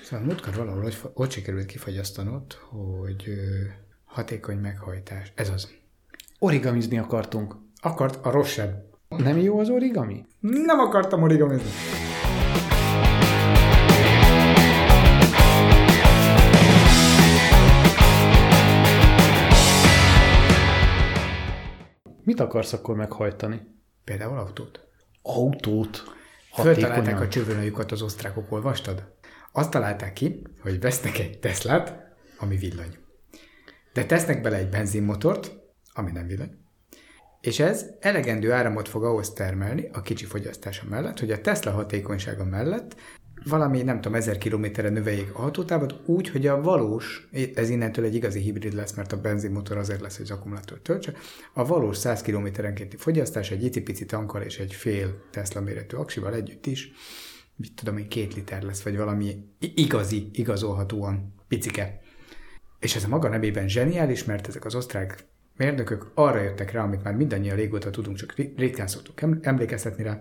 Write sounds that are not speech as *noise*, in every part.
Szóval múltkor valahol ott, ott sikerült kifagyasztanod, hogy ö, hatékony meghajtás. Ez az. Origamizni akartunk. Akart a rosszabb. Nem jó az origami? Nem akartam origamizni. Mit akarsz akkor meghajtani? Például autót. Autót. Föltalálták a csövőnajukat az osztrákok, olvastad? Azt találták ki, hogy vesznek egy Teslát, ami villany. De tesznek bele egy benzinmotort, ami nem villany, és ez elegendő áramot fog ahhoz termelni a kicsi fogyasztása mellett, hogy a Tesla hatékonysága mellett valami, nem tudom, ezer kilométerre növeljék a hatótávot úgy, hogy a valós, ez innentől egy igazi hibrid lesz, mert a benzinmotor azért lesz, hogy az akkumulátor töltse, a valós 100 kilométerenkénti fogyasztás egy icipici tankkal és egy fél Tesla méretű aksival együtt is, mit tudom én, két liter lesz, vagy valami igazi, igazolhatóan picike. És ez a maga nevében zseniális, mert ezek az osztrák mérnökök arra jöttek rá, amit már mindannyian régóta tudunk, csak ritkán szoktuk emlékeztetni rá,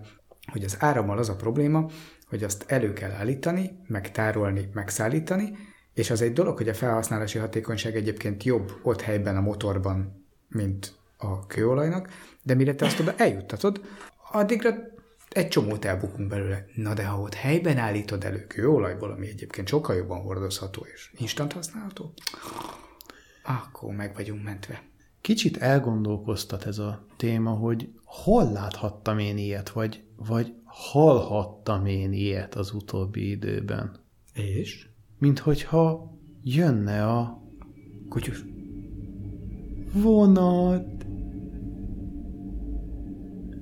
hogy az árammal az a probléma, hogy azt elő kell állítani, megtárolni, megszállítani, és az egy dolog, hogy a felhasználási hatékonyság egyébként jobb ott helyben a motorban, mint a kőolajnak, de mire te azt oda eljuttatod, addigra egy csomót elbukunk belőle. Na de ha ott helyben állítod elő kőolajból, ami egyébként sokkal jobban hordozható és instant használható, akkor meg vagyunk mentve. Kicsit elgondolkoztat ez a téma, hogy hol láthattam én ilyet, vagy, vagy hallhattam én ilyet az utóbbi időben. És? Mint hogyha jönne a Kutyus. vonat.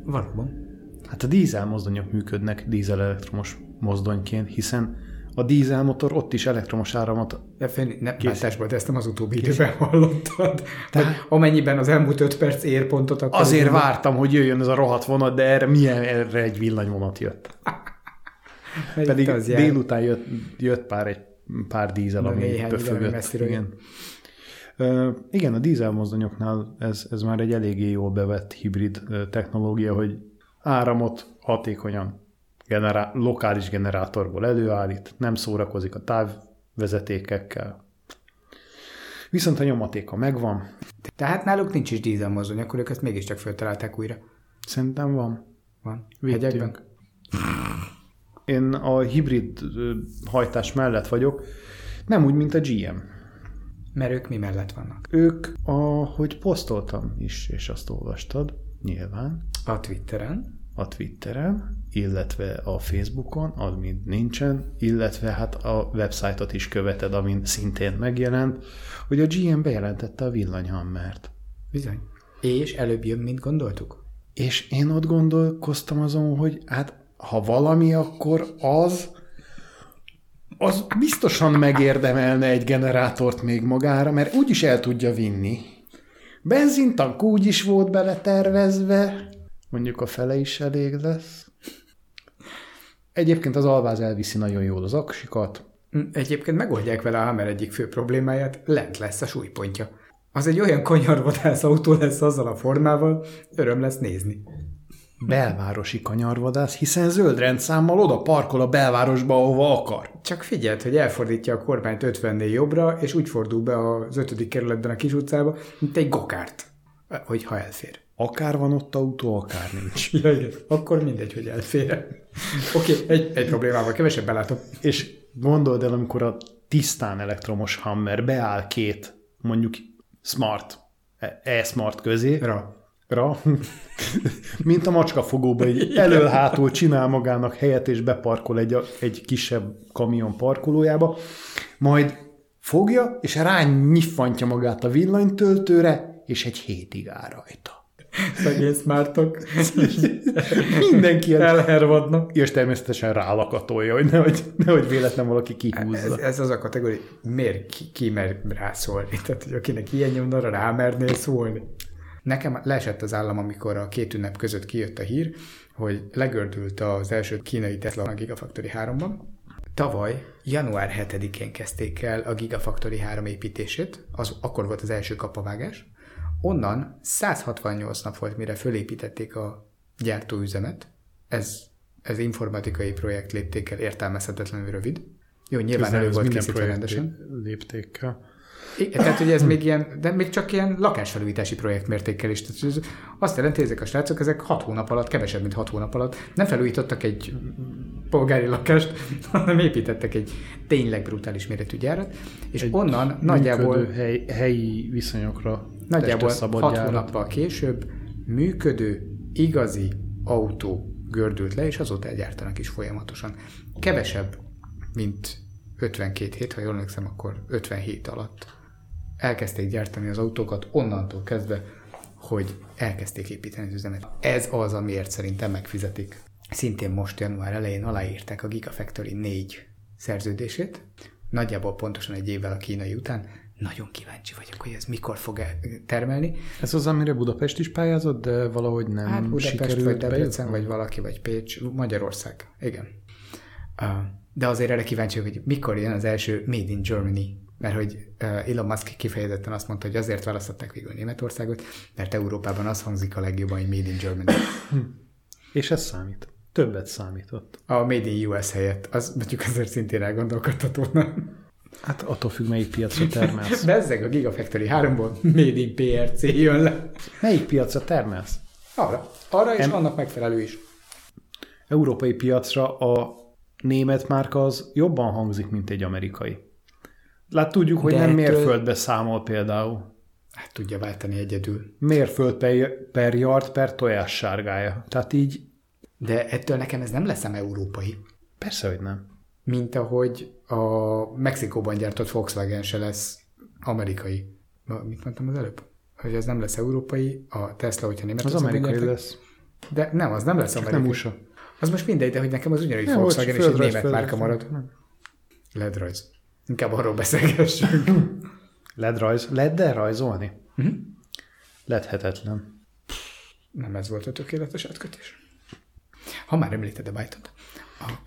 Valóban. Hát a dízel mozdonyok működnek dízel elektromos mozdonyként, hiszen a dízelmotor ott is elektromos áramot De fél, ne, bántásból, de ezt nem az utóbbi időben hallottad. Tehát amennyiben az elmúlt öt perc érpontot akarod. Azért mondani. vártam, hogy jöjjön ez a rohadt vonat, de erre, milyen, erre egy villanyvonat jött. Mert Pedig Hát itt az jár. délután jött, jött pár, egy, pár dízel, Meg ami néhány, igen, ami pöfögött. messziről Igen. Ö, igen, a dízel mozdonyoknál ez, ez már egy eléggé jól bevett hibrid ö, technológia, hogy áramot hatékonyan generá- lokális generátorból előállít, nem szórakozik a távvezetékekkel. Viszont a nyomatéka megvan, Tehát náluk nincs is dízelmozdony, akkor ők ezt mégiscsak föltalálták újra. szerintem van. Van. Vittünk. Hegyekben? Én a hibrid ö, hajtás mellett vagyok, nem úgy, mint a GM. Mert ők mi mellett vannak? Ők, ahogy posztoltam is, és azt olvastad, nyilván, A Twitteren. a Twitteren, illetve a Facebookon, admin nincsen, illetve hát a websájtot is követed, amin szintén megjelent, hogy a GM bejelentette a villanyhammert. Bizony. És előbb jön, mint gondoltuk. És én ott gondolkoztam azon, hogy hát ha valami, akkor az, az biztosan megérdemelne egy generátort még magára, mert úgyis el tudja vinni. Benzintank úgy is volt beletervezve, mondjuk a fele is elég lesz. Egyébként az alváz elviszi nagyon jól az aksikat, Mm, Egyébként megoldják vele a Hammer egyik fő problémáját, lent lesz a súlypontja. Az egy olyan kanyarvadász autó lesz azzal a formával, öröm lesz nézni. belvárosi kanyarvadász, hiszen zöld rendszámmal oda parkol a belvárosba, ahova akar. Csak figyeld, hogy elfordítja a kormányt 50-nél jobbra, és úgy fordul be az ötödik kerületben a kis utcába, mint egy gokárt. Hogyha elfér. Akár van ott autó, akár *laughs* nincs. Ja, igen. Akkor mindegy, hogy elfér. *laughs* Oké, okay, egy, egy problémával kevesebb belátom. És gondold el, amikor a tisztán elektromos Hammer beáll két mondjuk smart, e-smart közé, Ra. ra, mint a macska fogóba, így elől-hátul csinál magának helyet, és beparkol egy, egy kisebb kamion parkolójába, majd fogja, és rányifantja magát a villanytöltőre, és egy hétig áll rajta. Szegény smártok. *laughs* Mindenki el... Elhervadnak. És természetesen rálakatolja, hogy nehogy, nehogy véletlen valaki Ez, kihúzza. ez az a kategória, miért ki, ki mer rászólni? *laughs* Tehát, hogy akinek ilyen nyomd, arra rámernél szólni. Nekem leesett az állam, amikor a két ünnep között kijött a hír, hogy legördült az első kínai Tesla a Gigafactory 3-ban. Tavaly, január 7-én kezdték el a Gigafactory 3 építését, az, akkor volt az első kapavágás. Onnan 168 nap volt, mire fölépítették a gyártóüzemet. Ez, ez informatikai projekt léptékkel értelmezhetetlenül rövid. Jó, nyilván elő volt készítve rendesen. léptékkel. Igen, tehát ugye ez még ilyen, de még csak ilyen lakásfelújítási projekt mértékkel is. Tehát ez azt jelenti, hogy ezek a srácok, ezek hat hónap alatt, kevesebb, mint hat hónap alatt nem felújítottak egy polgári lakást, *laughs* hanem építettek egy tényleg brutális méretű gyárat, és egy onnan nagyjából, Működő hely, helyi viszonyokra nagyjából testre szabad hat gyárat. hónappal később működő, igazi autó gördült le, és azóta gyártanak is folyamatosan. Kevesebb, mint 52 hét, ha jól emlékszem, akkor 57 alatt elkezdték gyártani az autókat onnantól kezdve, hogy elkezdték építeni az üzemet. Ez az, amiért szerintem megfizetik. Szintén most január elején aláírták a Gigafactory 4 szerződését, nagyjából pontosan egy évvel a kínai után. Nagyon kíváncsi vagyok, hogy ez mikor fog el- termelni. Ez az, amire Budapest is pályázott, de valahogy nem Hát Budapest sikerült vagy Debrecen, bejutnom. vagy valaki, vagy Pécs, Magyarország. Igen. Uh, De azért erre kíváncsi vagyok, hogy mikor jön az első Made in Germany, mert hogy uh, Elon Musk kifejezetten azt mondta, hogy azért választották végül Németországot, mert Európában az hangzik a legjobban, hogy Made in Germany. És ez számít. Többet számított. A Made in US helyett, az mondjuk azért szintén elgondolkodhatóna. Hát attól függ, melyik *laughs* piacra termelsz. Bezzeg a Gigafactory 3-ból Made in PRC jön le. melyik piacra termelsz? Arra. Arra és Em- annak megfelelő is. Európai piacra a német márka az jobban hangzik, mint egy amerikai. Lát, tudjuk, hogy De de nem ettől- mérföldbe számol például. Hát tudja váltani egyedül. Mérföld per, per yard per tojás sárgája. Tehát így De ettől nekem ez nem leszem európai. persze, hogy nem. mint ahogy a Mexikóban gyártott Volkswagen se lesz amerikai. Na, Mit mondtam az előbb? Hogy ez nem lesz európai, a Tesla, hogyha Az Németországban amerikai gyártják. lesz. De nem, az nem lesz Csak amerikai. nem USA. Az most mindegy, de hogy nekem az ugyanúgy Nem, Volkswagen hogy is egy földrajz, német földrajz. márka marad. Ledrajz. Inkább arról beszélgessünk. *laughs* Led rajz. Leddel rajzolni? Ledhetetlen. nem ez volt a tökéletes átkötés. Ha már említed a byte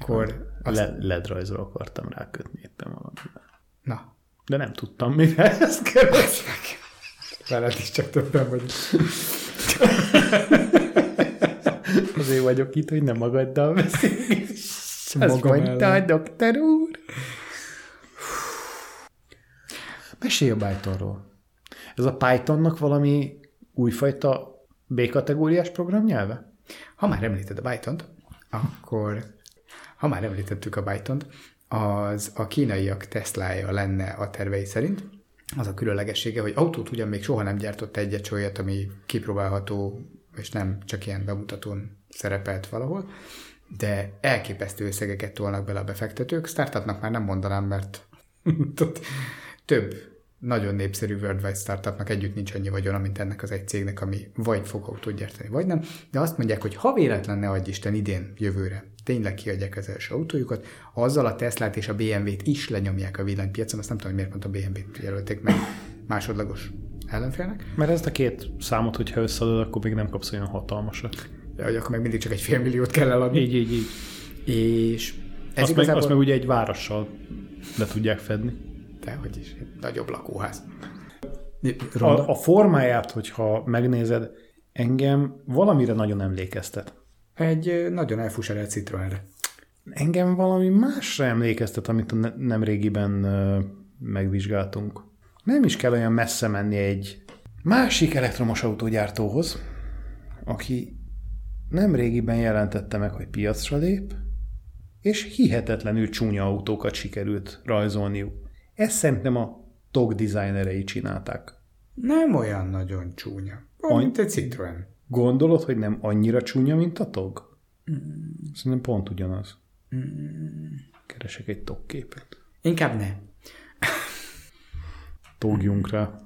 akkor... Azt... Le, led rajzra akartam rákötni éppen valamivel. Na, *laughs* De nem tudtam, *laughs* mire ezt keres. veled is csak többen vagyunk. Azért vagyok itt, hogy nem magaddal *laughs* beszélni. Ezt Magam mondta a ellen. doktor úr. Mesélj a Pythonról. Ez a Pythonnak valami újfajta B-kategóriás programnyelve? Ha már említed a Byton-t, akkor ha már említettük a Byton-t, az a kínaiak Teslája lenne a tervei szerint. Az a különlegessége, hogy autót ugyan még soha nem gyártott egyet se olyat, ami kipróbálható, és nem csak ilyen bemutatón szerepelt valahol, de elképesztő összegeket tolnak bele a befektetők. Startupnak már nem mondanám, mert *laughs* tudod, több nagyon népszerű worldwide startupnak együtt nincs annyi vagyona, mint ennek az egy cégnek, ami vagy fog autót gyártani, vagy nem, de azt mondják, hogy ha véletlen ne adj Isten idén, jövőre, tényleg kiadják az első autójukat, azzal a Teslát és a BMW-t is lenyomják a villanypiacon, azt nem tudom, hogy miért pont a BMW-t jelölték meg másodlagos ellenfélnek, Mert ezt a két számot, hogyha összeadod, akkor még nem kapsz olyan hatalmasat. de hogy akkor meg mindig csak egy fél milliót kell eladni. Így, így, így. És ez Azt, igazából... meg, azt meg ugye egy várossal le tudják fedni. Dehogy is, egy nagyobb lakóház. A, a formáját, hogyha megnézed, engem valamire nagyon emlékeztet. Egy ö, nagyon elfuserált Citroenre. Engem valami másra emlékeztet, amit ne, nemrégiben ö, megvizsgáltunk. Nem is kell olyan messze menni egy másik elektromos autógyártóhoz, aki nemrégiben jelentette meg, hogy piacra lép, és hihetetlenül csúnya autókat sikerült rajzolniuk. Ezt szerintem a dog designerei csinálták. Nem olyan nagyon csúnya. Olyan, mint egy Citroen. Gondolod, hogy nem annyira csúnya, mint a tog? Mm. Szerintem pont ugyanaz. Mm. Keresek egy togképet. Inkább ne. Togjunk rá.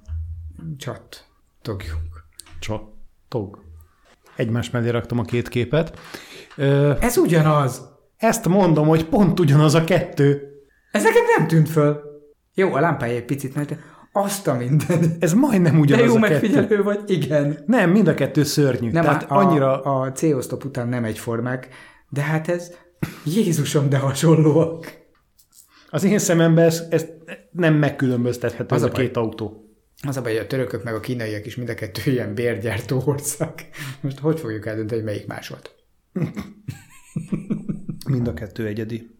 Csat. Togjunk. Csak tog. Egymás mellé raktam a két képet. Ö, Ez ugyanaz. ezt mondom, hogy pont ugyanaz a kettő. Ez nekem nem tűnt föl. Jó, a lámpája egy picit, mert azt a minden. Ez majdnem De ugyanaz jó a kettő. megfigyelő vagy, igen. Nem, mind a kettő szörnyű. Nem, Nem, hát Tehát a, a, annyira... a, A... a C-osztop után nem egyformák, de hát ez Jézusom, de hasonlóak. Az én szememben ez, ez nem megkülönböztethető Az az a a baj. két autó. Az a baj, hogy a törökök meg a kínaiak is mind a kettő ilyen bérgyártó ország. Most hogy fogjuk eldönteni, hogy melyik más volt? Mind a kettő egyedi.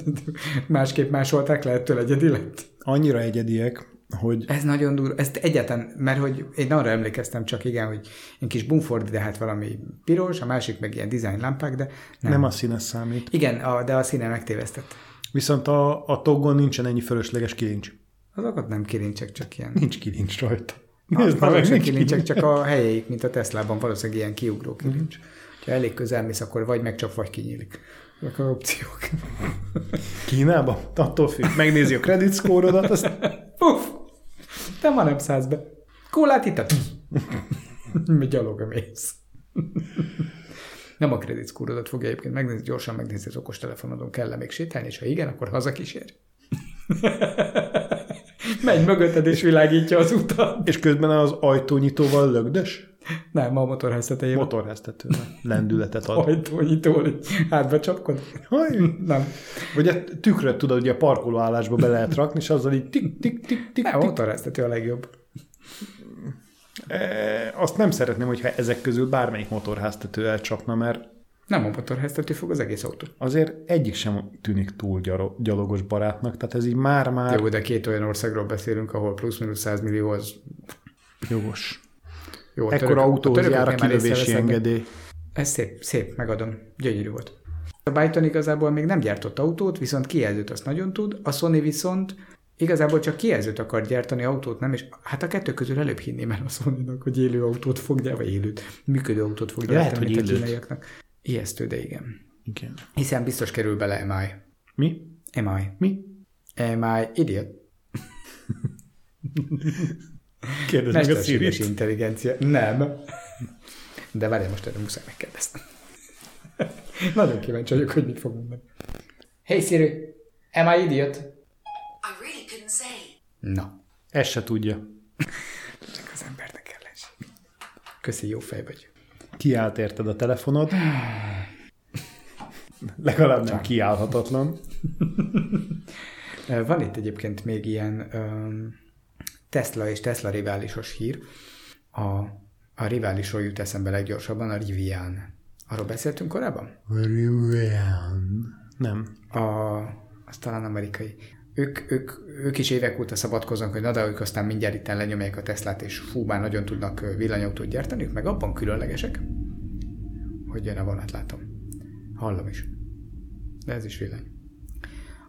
*laughs* Másképp másolták le, ettől egyedi lett. Annyira egyediek, hogy Ez nagyon durva. Ezt egyetlen, mert hogy én arra emlékeztem csak igen, hogy egy kis bumford, de hát valami piros, a másik meg ilyen design lámpák, de nem. nem, nem a színe számít. Igen, a, de a színe megtévesztett. Viszont a, a toggon nincsen ennyi fölösleges kilincs. Azokat nem kilincsek, csak *laughs* ilyen. Nincs kilincs rajta. Nézd, valószínűleg nincs kilincsek, csak a helyeik, mint a Teslában, valószínűleg ilyen kiugró kilincs. Ha elég közel mész, akkor vagy megcsap, vagy kinyílik. Ezek az opciók. Kínában? Attól függ. Megnézi a credit score-odat, azt Puff! Te ma nem szállsz be. Kólát itt a... Mi gyalog mész. Nem a kreditszkúrodat fogja egyébként megnézni, gyorsan megnézni az okostelefonodon, kell-e még sétálni, és ha igen, akkor hazakísér. Megy mögötted és világítja az utat. és közben az ajtónyitóval lögdös Nem, a motorháztetejében. Mot- motorháztetővel lendületet ad. ajtónyitól így hátba csapkod. Haj. Hát, Nem. Vagy a tükröt tudod, hogy a parkolóállásba be lehet rakni, és azzal így tik-tik-tik-tik. Nem, a motorháztető a legjobb. E, Azt nem szeretném, hogyha ezek közül bármelyik motorháztető elcsapna, mert Nem a motorháztető fog az egész autó. azért egyik sem tűnik túl gyalo- gyalogos barátnak, tehát ez így már-már Jó, de két olyan országról beszélünk, ahol plusz-minusz 100 millió az jogos. jó. a Ekkor török- autóhoz törököknél jár a már kilövési észreveszed, de- engedély. Ez szép, szép, megadom. Gyönyörű volt. A Byton igazából még nem gyártott autót, viszont kijelzőt azt nagyon tud, a Sony viszont igazából csak kijelzőt akar gyártani, autót nem, és hát a kettő közül előbb hinném el a Sony-nak, hogy élő autót fog gyártani, vagy élőt, működő autót fog Lehet, gyártani, hogy mint a élőt. kínaiaknak. Ijesztő, de igen. Igen. Hiszen biztos kerül bele MI. Mi? MI. Mi? MI idiot. Kérdezd meg a Mesterséges Siri-t. intelligencia. Nem. De várjál, most erre muszáj megkérdezni. *laughs* Nagyon kíváncsi vagyok, hogy mit fog mondani. Hey Siri, am I idiot? I really couldn't say. Na, Ezt se tudja. csak az embernek kell lenni. Köszi, jó fej vagy. Kiállt érted a telefonod. Legalább nem kiállhatatlan. Ö, Van itt egyébként még ilyen öm, Tesla és Tesla riválisos hír. A, a riválisról jut eszembe leggyorsabban, a Rivian. Arról beszéltünk korábban? Nem. a, az talán amerikai. Ők, ők, ők is évek óta szabadkoznak, hogy na de ők aztán mindjárt itt lenyomják a Teslát, és fú, már nagyon tudnak ö, villanyautót gyártani, ők meg abban különlegesek, hogy jön a vonat, látom. Hallom is. De ez is villany.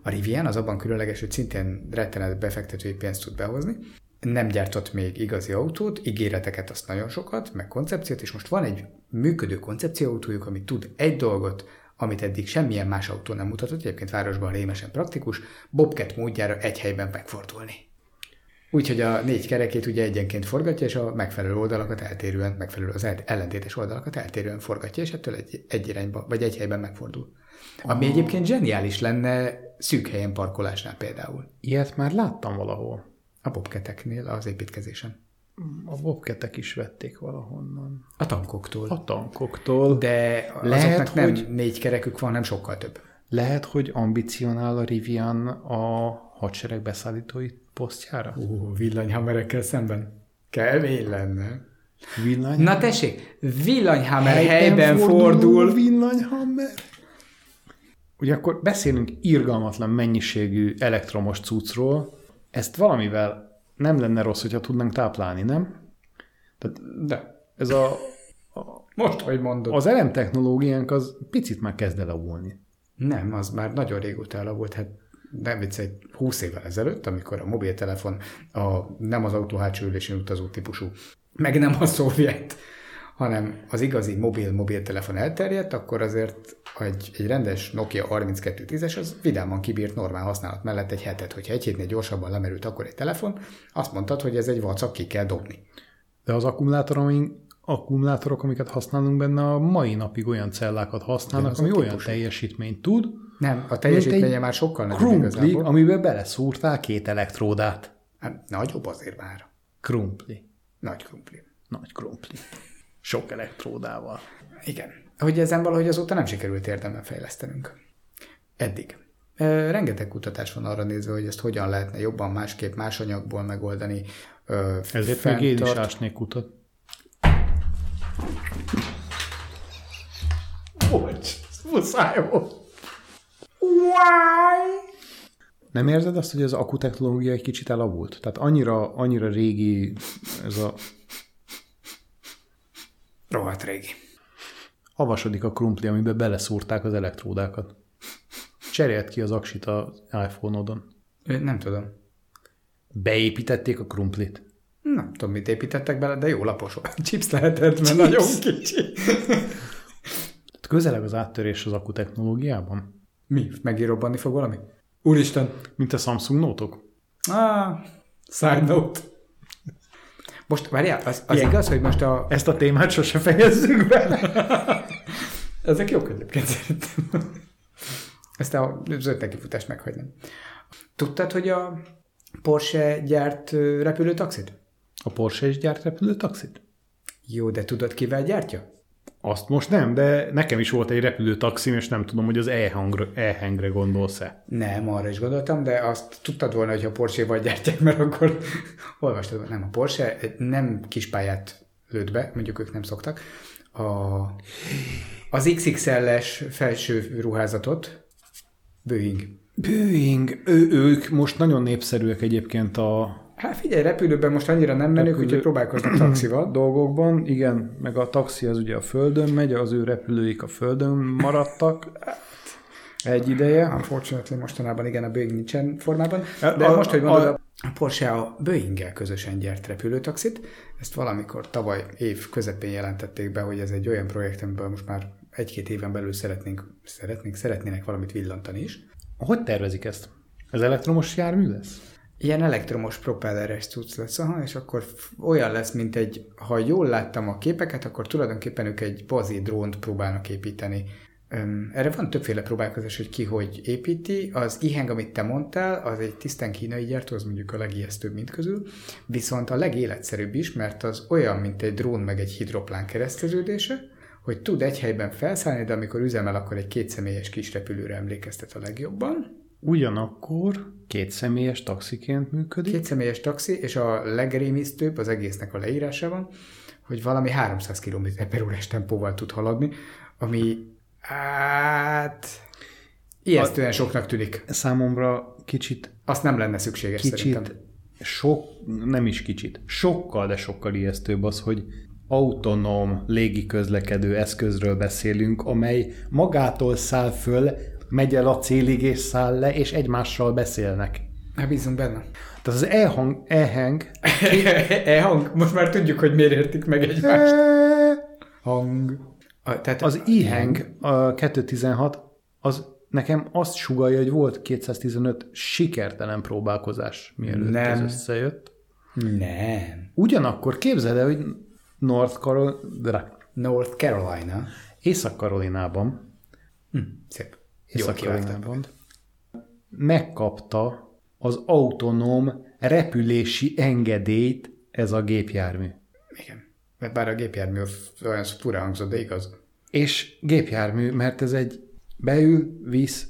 A Rivian az abban különleges, hogy szintén rettenet befektetői pénzt tud behozni, nem gyártott még igazi autót, ígéreteket azt nagyon sokat, meg koncepciót, és most van egy működő koncepcióautójuk, ami tud egy dolgot, amit eddig semmilyen más autó nem mutatott, egyébként városban rémesen praktikus, Bobcat módjára egy helyben megfordulni. Úgyhogy a négy kerekét ugye egyenként forgatja, és a megfelelő oldalakat eltérően, megfelelő az el- ellentétes oldalakat eltérően forgatja, és ettől egy, egy irányba, vagy egy helyben megfordul. Ami egyébként zseniális lenne szűk helyen parkolásnál például. Ilyet már láttam valahol. A bobketeknél az építkezésen. A bobketek is vették valahonnan. A tankoktól. A tankoktól. De De Lehet, azoknak nem hogy- négy kerekük van, nem sokkal több. lehet, hogy ambicionál a Rivian a hadsereg beszállítói posztjára? Ó, villanyhamerekkel szemben. Kemény lenne. Villany... Na tessék, villanyhamer helyben fordul. Villanyhammer. Ugye akkor beszélünk irgalmatlan mennyiségű elektromos cuccról. Ezt valamivel nem lenne rossz, hogyha tudnánk táplálni, nem? Tehát De, ez a, most, hogy mondod. az elem technológiánk az picit már kezd elavulni. Nem, az már nagyon régóta elavult, hát nem viccelj, 20 évvel ezelőtt, amikor a mobiltelefon a, nem az autó hátsó ülésén utazó típusú, meg nem a szovjet, hanem az igazi mobil mobiltelefon elterjedt, akkor azért egy, egy rendes Nokia 3210-es az vidáman kibírt normál használat mellett egy hetet. Hogyha egy hétnél gyorsabban lemerült akkor egy telefon, azt mondtad, hogy ez egy vacak, ki kell dobni. De az akkumulátoraink, akkumulátorok, amiket használunk benne, a mai napig olyan cellákat használnak, Ugyanaz a ami olyan típusú. teljesítményt tud, Nem, a mint egy teljesítménye már sokkal nagyobb krumpli, igazából. amiben beleszúrtál két elektródát. Hát, nagyobb azért már. Krumpli. Nagy krumpli. Nagy krumpli. Sok elektródával. Igen. Hogy ezen valahogy azóta nem sikerült érdemben fejlesztenünk. Eddig. Ö, Rengeteg kutatás van arra nézve, hogy ezt hogyan lehetne jobban, másképp, más anyagból megoldani. Ö, Ezért még én is ásnék utat. Bocs, muszáj volt. Why? Nem érzed azt, hogy az akutechnológia egy kicsit elavult? Tehát annyira, annyira régi ez a... Rohadt régi. Avasodik a krumpli, amiben beleszúrták az elektródákat. Cserélt ki az aksit az iPhone-odon. Ö, Nem tudom. Beépítették a krumplit. Nem tudom, mit építettek bele, de jó lapos volt. *laughs* Chips lehetett, mert nagyon kicsi. Tehát közeleg az áttörés az akutechnológiában? Mi? Megint robbanni fog valami? Úristen! Mint a Samsung Notok? Ah, side note. Most várjál, az, az igaz, hogy most a... Ezt a témát sose fejezzük be. *laughs* Ezek jók egyébként szerintem. Ezt a az öt nekifutást meghagynám. Tudtad, hogy a Porsche gyárt ö, repülőtaxit? A Porsche is gyárt repülőtaxit? Jó, de tudod, kivel gyártja? Azt most nem, de nekem is volt egy repülőtaxim, és nem tudom, hogy az e-hangre, e-hangre gondolsz-e. Nem, arra is gondoltam, de azt tudtad volna, hogy a Porsche-val gyártják, mert akkor *laughs* olvastad, volna. nem, a Porsche egy nem kis pályát lőtt be, mondjuk ők nem szoktak. A, az XXL-es felső ruházatot Boeing. Boeing, ő, ők most nagyon népszerűek egyébként a Hát figyelj, repülőben most annyira nem menők, Repülő- úgyhogy próbálkoznak taxival. dolgokban, igen, meg a taxi az ugye a földön megy, az ő repülőik a földön maradtak *clears throat* egy ideje. Unfortunately mostanában igen, a Boeing nincsen formában, A- de a- most, hogy mondod, a- a, a Porsche a Boeing-gel közösen gyárt repülőtaxit, ezt valamikor tavaly év közepén jelentették be, hogy ez egy olyan projekt, amiből most már egy-két éven belül szeretnénk, szeretnénk, szeretnének valamit villantani is. Hogy tervezik ezt? Ez elektromos jármű lesz? Ilyen elektromos propelleres cucc lesz, aha, és akkor f- olyan lesz, mint egy, ha jól láttam a képeket, akkor tulajdonképpen ők egy bazi drónt próbálnak építeni. Öm, erre van többféle próbálkozás, hogy ki hogy építi. Az iheng, amit te mondtál, az egy tisztán kínai gyártó, az mondjuk a legijesztőbb mind közül, viszont a legéletszerűbb is, mert az olyan, mint egy drón meg egy hidroplán kereszteződése, hogy tud egy helyben felszállni, de amikor üzemel, akkor egy kétszemélyes kis repülőre emlékeztet a legjobban. Ugyanakkor két személyes taxiként működik. Két személyes taxi, és a legrémisztőbb az egésznek a leírásában, hogy valami 300 km per órás tempóval tud haladni, ami hát ijesztően soknak tűnik. Számomra kicsit, Azt nem lenne szükséges kicsit, szerintem. sok, nem is kicsit, sokkal, de sokkal ijesztőbb az, hogy autonóm légiközlekedő eszközről beszélünk, amely magától száll föl, megy el a célig és száll le, és egymással beszélnek. Hát bízunk benne. Tehát az e-hang, e-hang e hang? Most már tudjuk, hogy miért értik meg egymást. Hang. A, tehát az e-hang a 216, az nekem azt sugalja, hogy volt 215 sikertelen próbálkozás, mielőtt Nem. Nem. ez összejött. Nem. Ugyanakkor képzeld el, hogy North Carolina, North Carolina. Észak-Karolinában, Hm, szép. Jól kivágtam. Észak-Karolinában megkapta az autonóm repülési engedélyt ez a gépjármű. Igen. Mert bár a gépjármű olyan fura hangzott, de igaz. És gépjármű, mert ez egy beül, visz,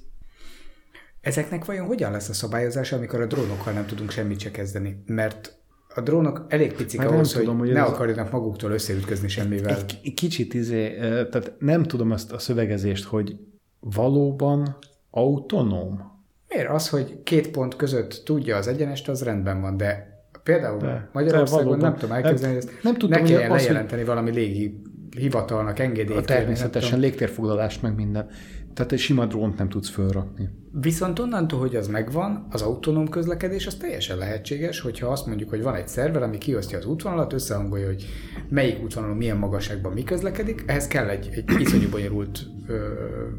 Ezeknek vajon hogyan lesz a szabályozása, amikor a drónokkal nem tudunk semmit se kezdeni? Mert a drónok elég picik Már Hát nem ahhoz, tudom, hogy, hogy ne ez- akarjanak maguktól összeütközni semmivel. Egy k- kicsit izé, ö, tehát nem tudom ezt a szövegezést, hogy valóban autonóm. Miért az, hogy két pont között tudja az egyenest, az rendben van, de például de, de Magyarországon valóban. nem tudom elképzelni, hogy ezt Nem tudtam, ne hogy kelljen az, hogy- lejelenteni valami légi hivatalnak engedélyt. Hát, A kérni, nem tudom. természetesen légtérfoglalást, meg minden. Tehát egy sima drónt nem tudsz fölrakni. Viszont onnantól, hogy az megvan, az autonóm közlekedés az teljesen lehetséges, hogyha azt mondjuk, hogy van egy szerver, ami kiosztja az útvonalat, összehangolja, hogy melyik útvonalon milyen magasságban mi közlekedik, ehhez kell egy, egy iszonyú bonyolult ö,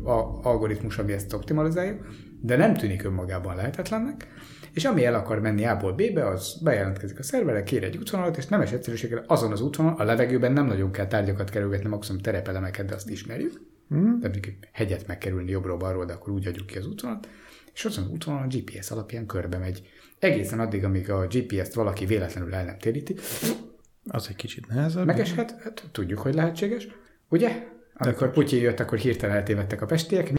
a, algoritmus, ami ezt optimalizálja, de nem tűnik önmagában lehetetlennek, és ami el akar menni A-ból B-be, az bejelentkezik a szerverre, kér egy útvonalat, és nemes egyszerűséggel azon az útvonalon, a levegőben nem nagyon kell tárgyakat kerülgetni, maximum terepelemeket, de azt ismerjük, de mondjuk egy hegyet megkerülni jobbról balról, de akkor úgy adjuk ki az útvonalat, és azon az útvonalon a GPS alapján körbe megy. Egészen addig, amíg a GPS-t valaki véletlenül el nem téríti, Az egy kicsit nehezebb. megeshet, hát tudjuk, hogy lehetséges, ugye? Amikor Putyi jött, akkor hirtelen eltévedtek a pestiek.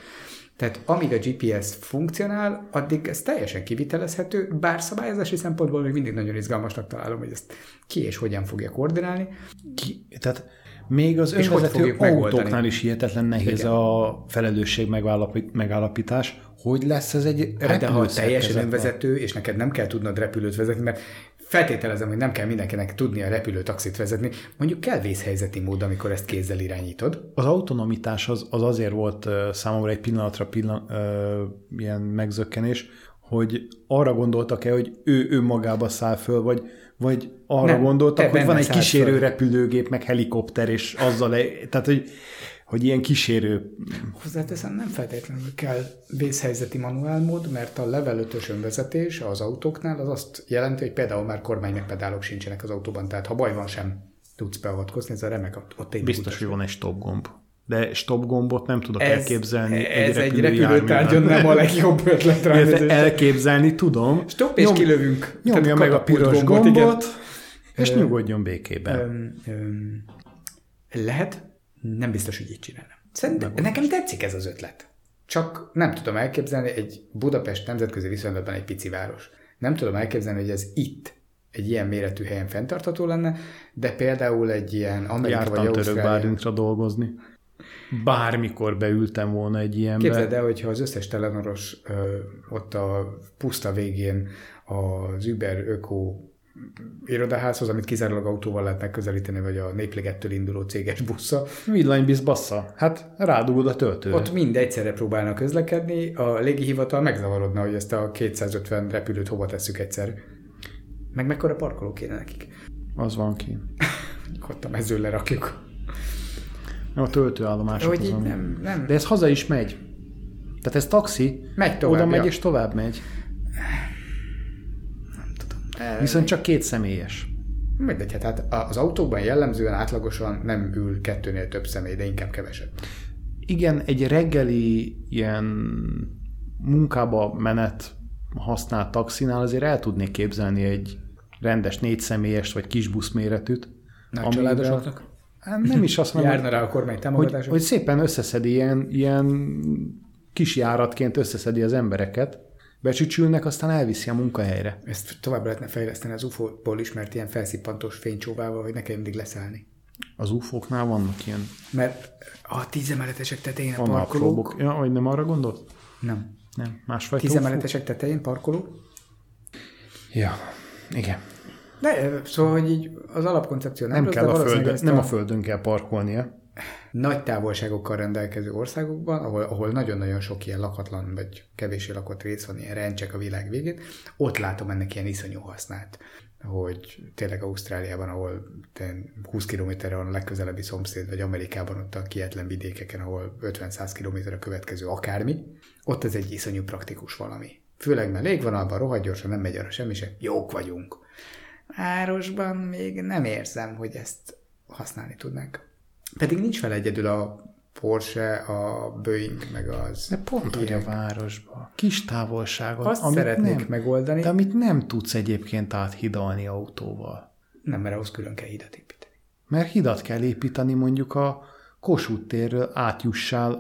Tehát amíg a GPS funkcionál, addig ez teljesen kivitelezhető, bár szabályozási szempontból még mindig nagyon izgalmasnak találom, hogy ezt ki és hogyan fogja koordinálni. Ki, tehát még az És hogy önvezető fogjuk megoldani? autóknál is hihetetlen nehéz Igen. a felelősség megállapi- megállapítás, hogy lesz ez egy Hát de ha teljesen repülőszerkezetben? önvezető, és neked nem kell tudnod repülőt vezetni, mert feltételezem, hogy nem kell mindenkinek tudnia repülőtaxit vezetni, mondjuk kell vészhelyzeti mód, amikor ezt kézzel irányítod. Az autonomitás az, az azért volt ö, számomra egy pillanatra pillan, ö, ilyen megzökkenés, hogy arra gondoltak-e, hogy ő önmagába száll föl, vagy, vagy arra Nem, nem, te gondoltak, hogy van benne egy szállsz kísérő föl. repülőgép, meg helikopter, és azzal, e- tehát hogy, hogy ilyen kísérő, Hozzáteszem, nem feltétlenül kell vészhelyzeti manuálmód, mert a level 5-ös önvezetés az autóknál az azt jelenti, hogy például már kormánymegpedálok sincsenek az autóban, tehát ha baj van sem tudsz beavatkozni, ez a remek, ott egy biztos, hogy van egy stop gomb. De stop gombot nem tudok ez, elképzelni. ez egy repülőjárműben. repülőtárgyon nem *laughs* a legjobb ötlet rá. Illetve nézést. elképzelni tudom. Stop és Nyom- kilövünk. Nyomja Tehát meg a katapult piros gombot, gombot, igen. és nyugodjon békében. Öm, öm, lehet, nem biztos, hogy így csinálnám. Szerintem nekem tetszik ez az ötlet. Csak nem tudom elképzelni egy Budapest nemzetközi viszonylatban egy pici város. Nem tudom elképzelni, hogy ez itt egy ilyen méretű helyen fenntartható lenne, de például egy ilyen Amerika vagy Jártam török Ausztrália. bárünkra dolgozni. Bármikor beültem volna egy ilyenbe. Képzeld el, hogyha az összes telenoros ö, ott a puszta végén az Uber Öko irodaházhoz, amit kizárólag autóval lehet megközelíteni, vagy a Népligettől induló céges busza, Villanybiz bassza. Hát rádugod a töltőre. Ott mind egyszerre próbálnak közlekedni, a légihivatal megzavarodna, hogy ezt a 250 repülőt hova tesszük egyszer. Meg mekkora parkoló kéne nekik. Az van ki. Ott a mezőn lerakjuk. A töltőállomás. De hogy így nem, nem. De ez haza is megy. Tehát ez taxi, Megy tovább, oda megy ja. és tovább megy. nem tudom. E, Viszont csak két személyes. Mindegy, hát hát az autókban jellemzően átlagosan nem ül kettőnél több személy, de inkább kevesebb. Igen, egy reggeli ilyen munkába menet használt taxinál azért el tudnék képzelni egy rendes négyszemélyest vagy kis buszméretűt. Nagy amivel- családosoknak? Hát nem is *laughs* azt mondom, Járna rá a kormány hogy, támogatása? hogy szépen összeszedi ilyen, ilyen kis járatként összeszedi az embereket, becsücsülnek, aztán elviszi a munkahelyre. Ezt tovább lehetne fejleszteni az UFO-ból ismert ilyen felszippantós fénycsóvával, hogy ne kelljen mindig leszállni. Az UFO-knál vannak ilyen Mert a tízemeletesek tetején a parkolók... anapróbok. Ja, vagy nem arra gondolsz? Nem. Nem, másfajta UFO? Tízemeletesek tetején parkoló? Ja, igen. De, szóval, hogy így az alapkoncepció nem, Nem, rossz, kell de a valószínűleg földön, ezt nem a földön kell parkolnia. Nagy távolságokkal rendelkező országokban, ahol, ahol nagyon-nagyon sok ilyen lakatlan vagy kevésé lakott rész van, ilyen rencsek a világ végén, ott látom ennek ilyen iszonyú hasznát hogy tényleg Ausztráliában, ahol te 20 kilométerre van a legközelebbi szomszéd, vagy Amerikában ott a kietlen vidékeken, ahol 50-100 kilométerre a következő akármi, ott ez egy iszonyú praktikus valami. Főleg, mert légvonalban rohadt gyorsan, nem megy arra semmi se, jók vagyunk. Városban még nem érzem, hogy ezt használni tudnánk. Pedig nincs vele egyedül a Porsche, a Boeing, meg az... De pont, hogy a városba. Kis távolságon. Azt amit szeretnék nem, megoldani. De amit nem tudsz egyébként áthidalni autóval. Nem, mert ahhoz külön kell hidat építeni. Mert hidat kell építeni mondjuk a Kossuth térről átjussál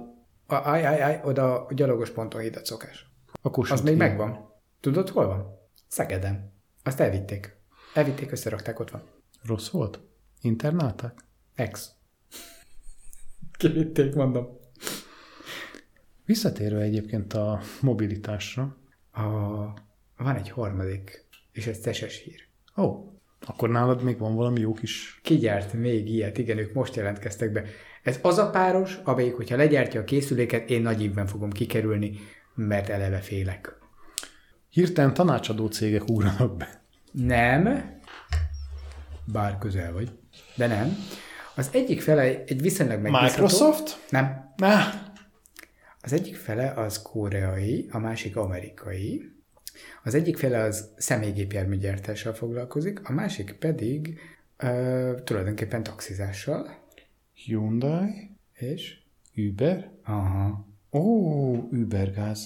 A- Aj, aj, aj, oda a gyalogos ponton hidat szokás. a Kossuth Az még híd. megvan. Tudod, hol van? Szegeden. Azt elvitték. Elvitték, összerakták, ott van. Rossz volt? Internálták? Ex. Kivitték, mondom. Visszatérve egyébként a mobilitásra. A... Van egy harmadik, és ez teses hír. Ó, oh, akkor nálad még van valami jó kis... Ki gyárt még ilyet? Igen, ők most jelentkeztek be. Ez az a páros, amelyik, hogyha legyártja a készüléket, én nagy ívben fogom kikerülni, mert eleve félek. Hirtelen tanácsadó cégek ugranak be. Nem. Bár közel vagy. De nem. Az egyik fele egy viszonylag megbízható... Microsoft? Nem. Na, Az egyik fele az koreai, a másik amerikai. Az egyik fele az személygépjárműgyártással foglalkozik, a másik pedig ö, tulajdonképpen taxizással. Hyundai, És? Uber. Aha. Ó, Ubergáz.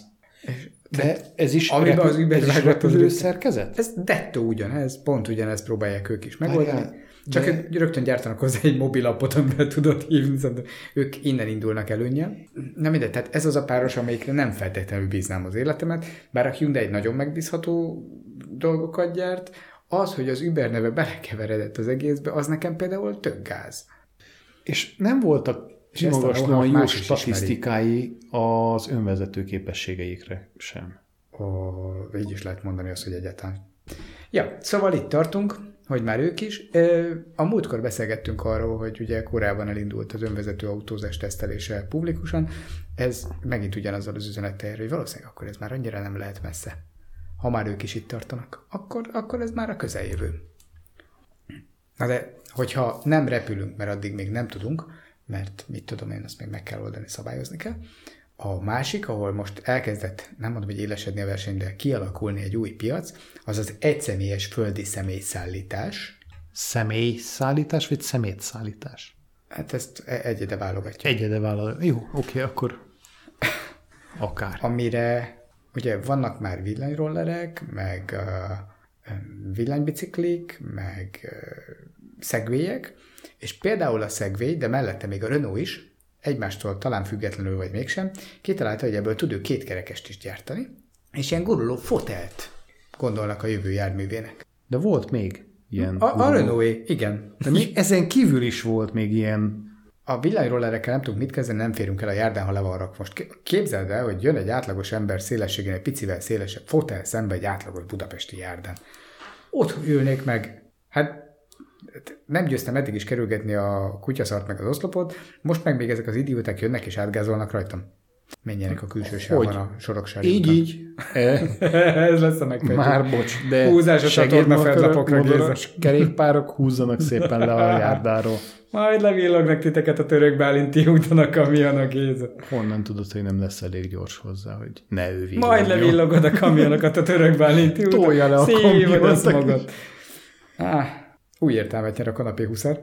De ez is, amiben repül- az Uber ez is vágott, az repülő rögtön- szerkezet? Ez dettó ugyanez, pont ugyanezt próbálják ők is megoldani. Várjál, Csak de- ők rögtön gyártanak hozzá egy mobilappot, amiben tudod hívni, szóval ők innen indulnak előnyel. Na mindegy, tehát ez az a páros, amelyikre nem feltétlenül bíznám az életemet, bár a Hyundai egy nagyon megbízható dolgokat gyárt, az, hogy az Uber neve belekeveredett az egészbe, az nekem például tök gáz. És nem voltak Simogaslóan ezt a jó más is ismeri. statisztikái az önvezető képességeikre sem. Ó, így is lehet mondani azt, hogy egyáltalán. Ja, szóval itt tartunk, hogy már ők is. Ö, A múltkor beszélgettünk arról, hogy ugye korábban elindult az önvezető autózás tesztelése publikusan. Ez megint ugyanazzal az üzenettel, hogy valószínűleg akkor ez már annyira nem lehet messze. Ha már ők is itt tartanak, akkor, akkor ez már a közeljövő. Na de, hogyha nem repülünk, mert addig még nem tudunk, mert mit tudom én, azt még meg kell oldani, szabályozni kell. A másik, ahol most elkezdett, nem mondom, hogy élesedni a verseny, de kialakulni egy új piac, az az egyszemélyes földi személyszállítás. Személyszállítás vagy szemétszállítás? Hát ezt e- egyede válogatja. Egyede vállal. Jó, oké, akkor akár. Amire ugye vannak már villanyrollerek, meg uh, villanybiciklik, meg uh, szegvélyek, és például a szegvély, de mellette még a Renault is, egymástól talán függetlenül vagy mégsem, kitalálta, hogy ebből tud ő kétkerekest is gyártani, és ilyen guruló fotelt gondolnak a jövő járművének. De volt még ilyen. A, a Renault, igen. De még ezen kívül is volt még ilyen. A villanyrollerekkel nem tudunk mit kezdeni, nem férünk el a járdán, ha le van rakva. Most ké- képzeld el, hogy jön egy átlagos ember szélességén egy picivel szélesebb fotel szembe egy átlagos budapesti járdán. Ott ülnék meg. Hát nem győztem eddig is kerülgetni a kutyaszart meg az oszlopot, most meg még ezek az idióták jönnek és átgázolnak rajtam. Menjenek a külső sávban a soroksári Így, úton. így. *laughs* E, *laughs* Ez lesz a megfelelő. már bocs, de Húzásos a torna felzapokra, Géza. motoros kerékpárok húzzanak szépen le *laughs* a járdáról. Majd levillognak titeket a török bálinti úton a kamion a Géza. Honnan tudod, hogy nem lesz elég gyors hozzá, hogy ne ő Majd villogjon? levillogod a kamionokat a török bálinti úton. Tolja le a Szívod kamiont azt a kis- magad. Áh, új értelmet nyer a kanapé huszár.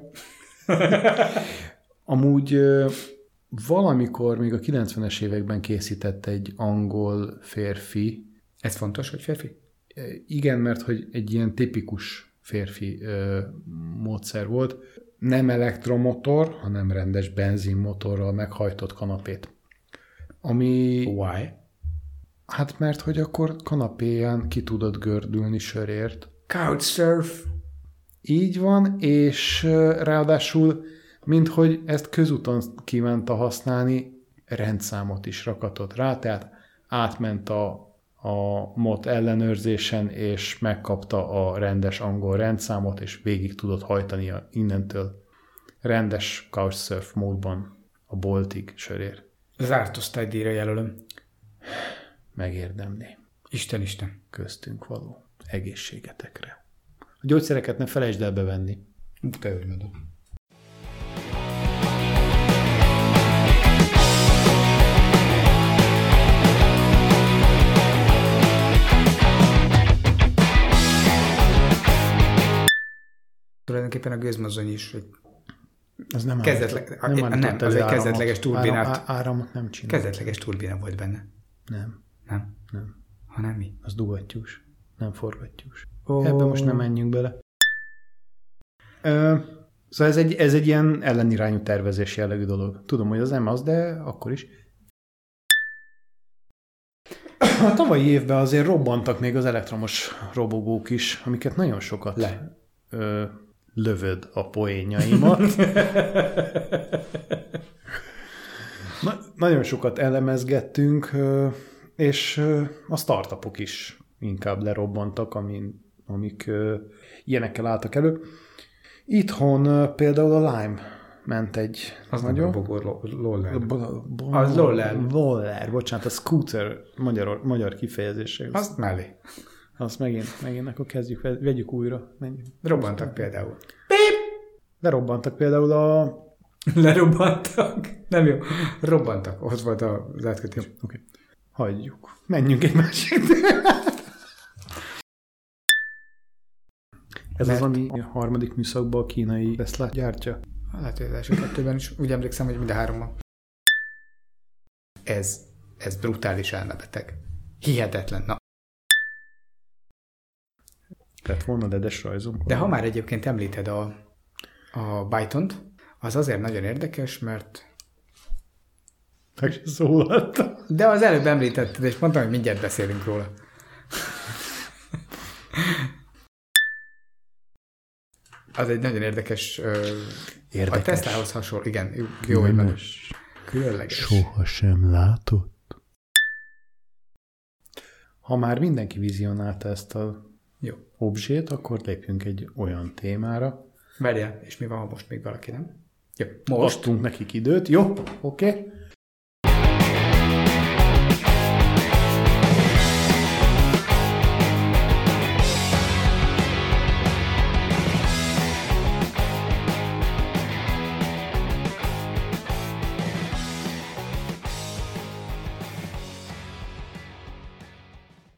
Amúgy ö, valamikor még a 90-es években készített egy angol férfi, Ez fontos, hogy férfi? Ö, igen, mert hogy egy ilyen tipikus férfi ö, módszer volt, nem elektromotor, hanem rendes benzinmotorral meghajtott kanapét. Ami, Why? hát mert hogy akkor kanapéján ki tudod gördülni sörért, Couchsurf. Így van, és ö, ráadásul, minthogy ezt közúton kívánta használni, rendszámot is rakatott rá, tehát átment a, a MOT ellenőrzésen, és megkapta a rendes angol rendszámot, és végig tudott hajtani a, innentől rendes couchsurf módban a boltig sörér. Zárt osztálydíjra jelölöm. Megérdemli Isten, Isten. köztünk való egészségetekre. A gyógyszereket ne felejtsd el bevenni. Te úgy mondod. Tulajdonképpen a gőzmozdony is egy Ez nem Kezdetleg- állított- a- nem, állított az elő egy kezdetleges turbinát. Áram, á- áramot nem csinál. kezdetleges turbina volt benne. Nem, Nem? nem. Hanem mi? Az dugattyús, nem forgattyús. Ó. Oh. Ebbe most nem menjünk bele. Ö, szóval ez egy, ez egy ilyen ellenirányú tervezés jellegű dolog. Tudom, hogy az nem az, de akkor is. A tavalyi évben azért robbantak még az elektromos robogók is, amiket nagyon sokat Le. Ö, lövöd a poénjaimat. *laughs* Na, nagyon sokat elemezgettünk, ö, és ö, a startupok is inkább lerobbantak, amin, amik ö, ilyenekkel álltak elő. Itthon ö, például a Lime ment egy Az nagyon bogor loller. Az Az Loller. Loller, bocsánat, a scooter magyar, magyar kifejezése. Azt, Azt mellé. azt megint, megint, akkor kezdjük, ve- vegyük újra. Menjünk. Robbantak *laughs* például. Lerobbantak például a Lerobbantak? Nem jó. Robbantak. Ott volt az átkötés. Oké. Okay. Hagyjuk. Menjünk egy másik. Ez Mert- az, ami a harmadik műszakban a kínai Tesla gyártja. Lehet, hogy az első kettőben is. Úgy emlékszem, hogy mind a háromban. Ez, ez brutális elmebeteg. Hihetetlen. Na, Lett volna dedes rajzom. de ha már egyébként említed a, a Byton-t, az azért nagyon érdekes, mert Meg se szólaltam. De az előbb említetted, és mondtam, hogy mindjárt beszélünk róla. *laughs* Az egy nagyon érdekes... ö, Érdekes. A Teslához hasonló, igen, jó, jó hogy mondod. Különleges. Soha sem látott. Ha már mindenki vizionálta ezt a Jó. obzsét, akkor lépjünk egy olyan témára. Várjál, és mi van, ha most még valaki nem? Jó, most. Adtunk nekik időt, jó? Oké. Okay.